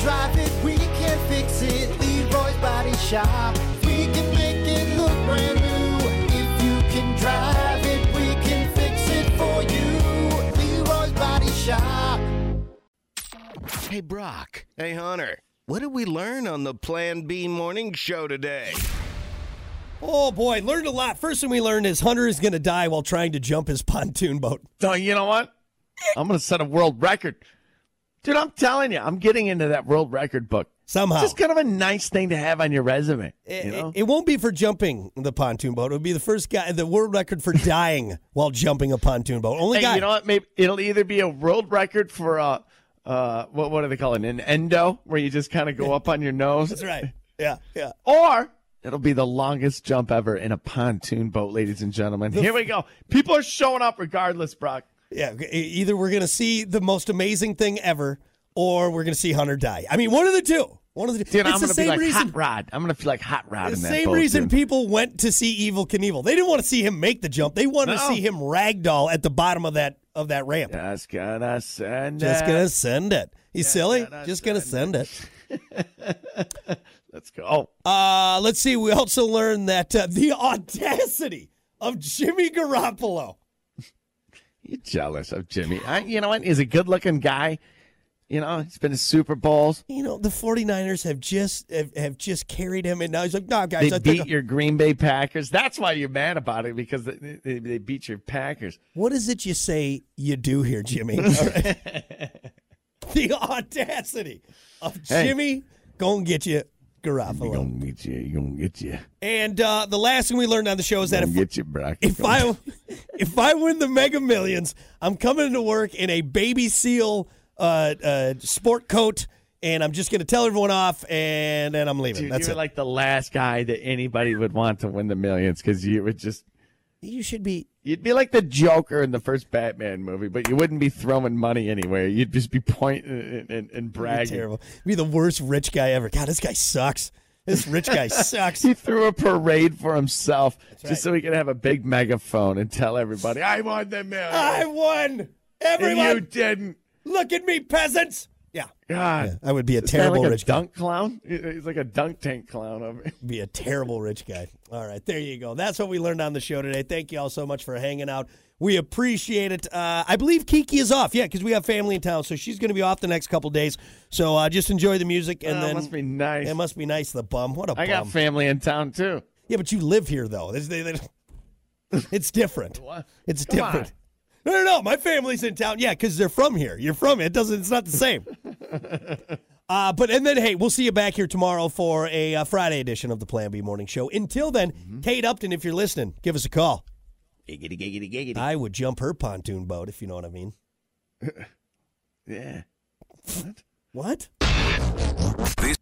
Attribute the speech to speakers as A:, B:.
A: drive it, we can fix it. Leroy's Body Shop. We can make it look brand new. If you can drive it, we can fix it for you. Leroy's Body Shop.
B: Hey, Brock,
C: Hey, Hunter,
B: what did we learn on the Plan B morning show today?
D: Oh boy, learned a lot. First thing we learned is Hunter is going to die while trying to jump his pontoon boat.
C: Oh, you know what? I'm going to set a world record. Dude, I'm telling you, I'm getting into that world record book.
D: Somehow,
C: It's just kind of a nice thing to have on your resume.
D: It-
C: You know?
D: it, it won't be for jumping the pontoon boat. It'll be the first guy, the world record for dying while jumping a pontoon boat. Only guy.
C: Hey, you know what? Maybe it'll either be a world record for a, uh, what, what do they call it? An endo, where you just kind of go up on your nose.
D: That's right. Yeah, yeah.
C: Or it'll be the longest jump ever in a pontoon boat, ladies and gentlemen. Here we go. People are showing up regardless, Brock.
D: Yeah, e- either we're going to see the most amazing thing ever, or we're going to see Hunter die. I mean, one of the two. One of the two.
C: Dude,
D: it's
C: I'm
D: the
C: gonna be
D: same
C: like
D: reason.
C: hot rod. I'm gonna feel like hot rod
D: The
C: in that
D: same
C: boat,
D: reason
C: dude.
D: people went to see Evil Knievel. They didn't want to see him make the jump. They wanted to
C: No.
D: see him ragdoll at the bottom of that of that ramp.
C: Just gonna send
D: Just
C: it.
D: gonna send it. He's silly.
C: gonna
D: Just gonna send it.
C: Let's go. Oh,
D: Uh, let's see. We also learned that uh, the audacity of Jimmy Garoppolo.
C: you jealous of Jimmy? I, you know what? He's a good-looking guy. You know, he's been to Super Bowls.
D: You know, the 49ers have just have, have just carried him, and now he's like, "No, guys,
C: They
D: I
C: beat
D: think
C: your Green Bay Packers. That's why you're mad about it because they, they, they beat your Packers.
D: what is it you say you do here, Jimmy?" All right. the audacity of
C: Hey.
D: Jimmy gonna get you Garoppolo.
C: get you. You gonna get you.
D: And uh, the last thing we learned on the show is that if
C: you, Brock.
D: if I if I win the Mega Millions, I'm coming to work in a baby seal uh, uh, sport coat, and I'm just going to tell everyone off, and then I'm leaving.
C: Dude,
D: That's
C: you were
D: it.
C: like the last guy that anybody would want to win the millions because you would just
D: you should be.
C: you'd be like the Joker in the first Batman movie, but you wouldn't be throwing money anywhere. You'd just be pointing and, and, and
D: You're
C: bragging.
D: terrible. You'd be the worst rich guy ever. God, this guy sucks. This rich guy sucks.
C: He threw a parade for himself
D: right.
C: just so he could have a big megaphone and tell everybody, "I won the million.
D: I won.
C: and
D: Everyone,
C: you didn't."
D: look at me, peasants. Yeah,
C: God,
D: I would be a
C: Is that
D: terrible
C: like
D: rich
C: a
D: guy.
C: dunk clown. He- He's like a dunk tank clown over. here.
D: be a terrible rich guy. All right, there you go. That's what we learned on the show today. Thank you all so much for hanging out. We appreciate it. Uh, I believe Kiki is off, yeah, because we have family in town, so she's going to be off the next couple days. So uh, just enjoy the music, and
C: Oh,
D: then
C: must be nice.
D: It must be nice. The bum, what a
C: I got
D: bum.
C: family in town too.
D: yeah, but you live here though. It's, they- they- it's different.
C: What?
D: It's
C: Come on.
D: different. No, no, no. My family's in town. Yeah, because they're from here. You're from it. It doesn't. It's not the same. uh, but and then hey, we'll see you back here tomorrow for a uh, Friday edition of the Plan B Morning Show. Until then, Kate Upton, if you're listening, give us a call.
C: Mm-hmm. Giggity, giggity, giggity.
D: I would jump her pontoon boat if you know what I mean.
C: yeah.
D: What?
E: This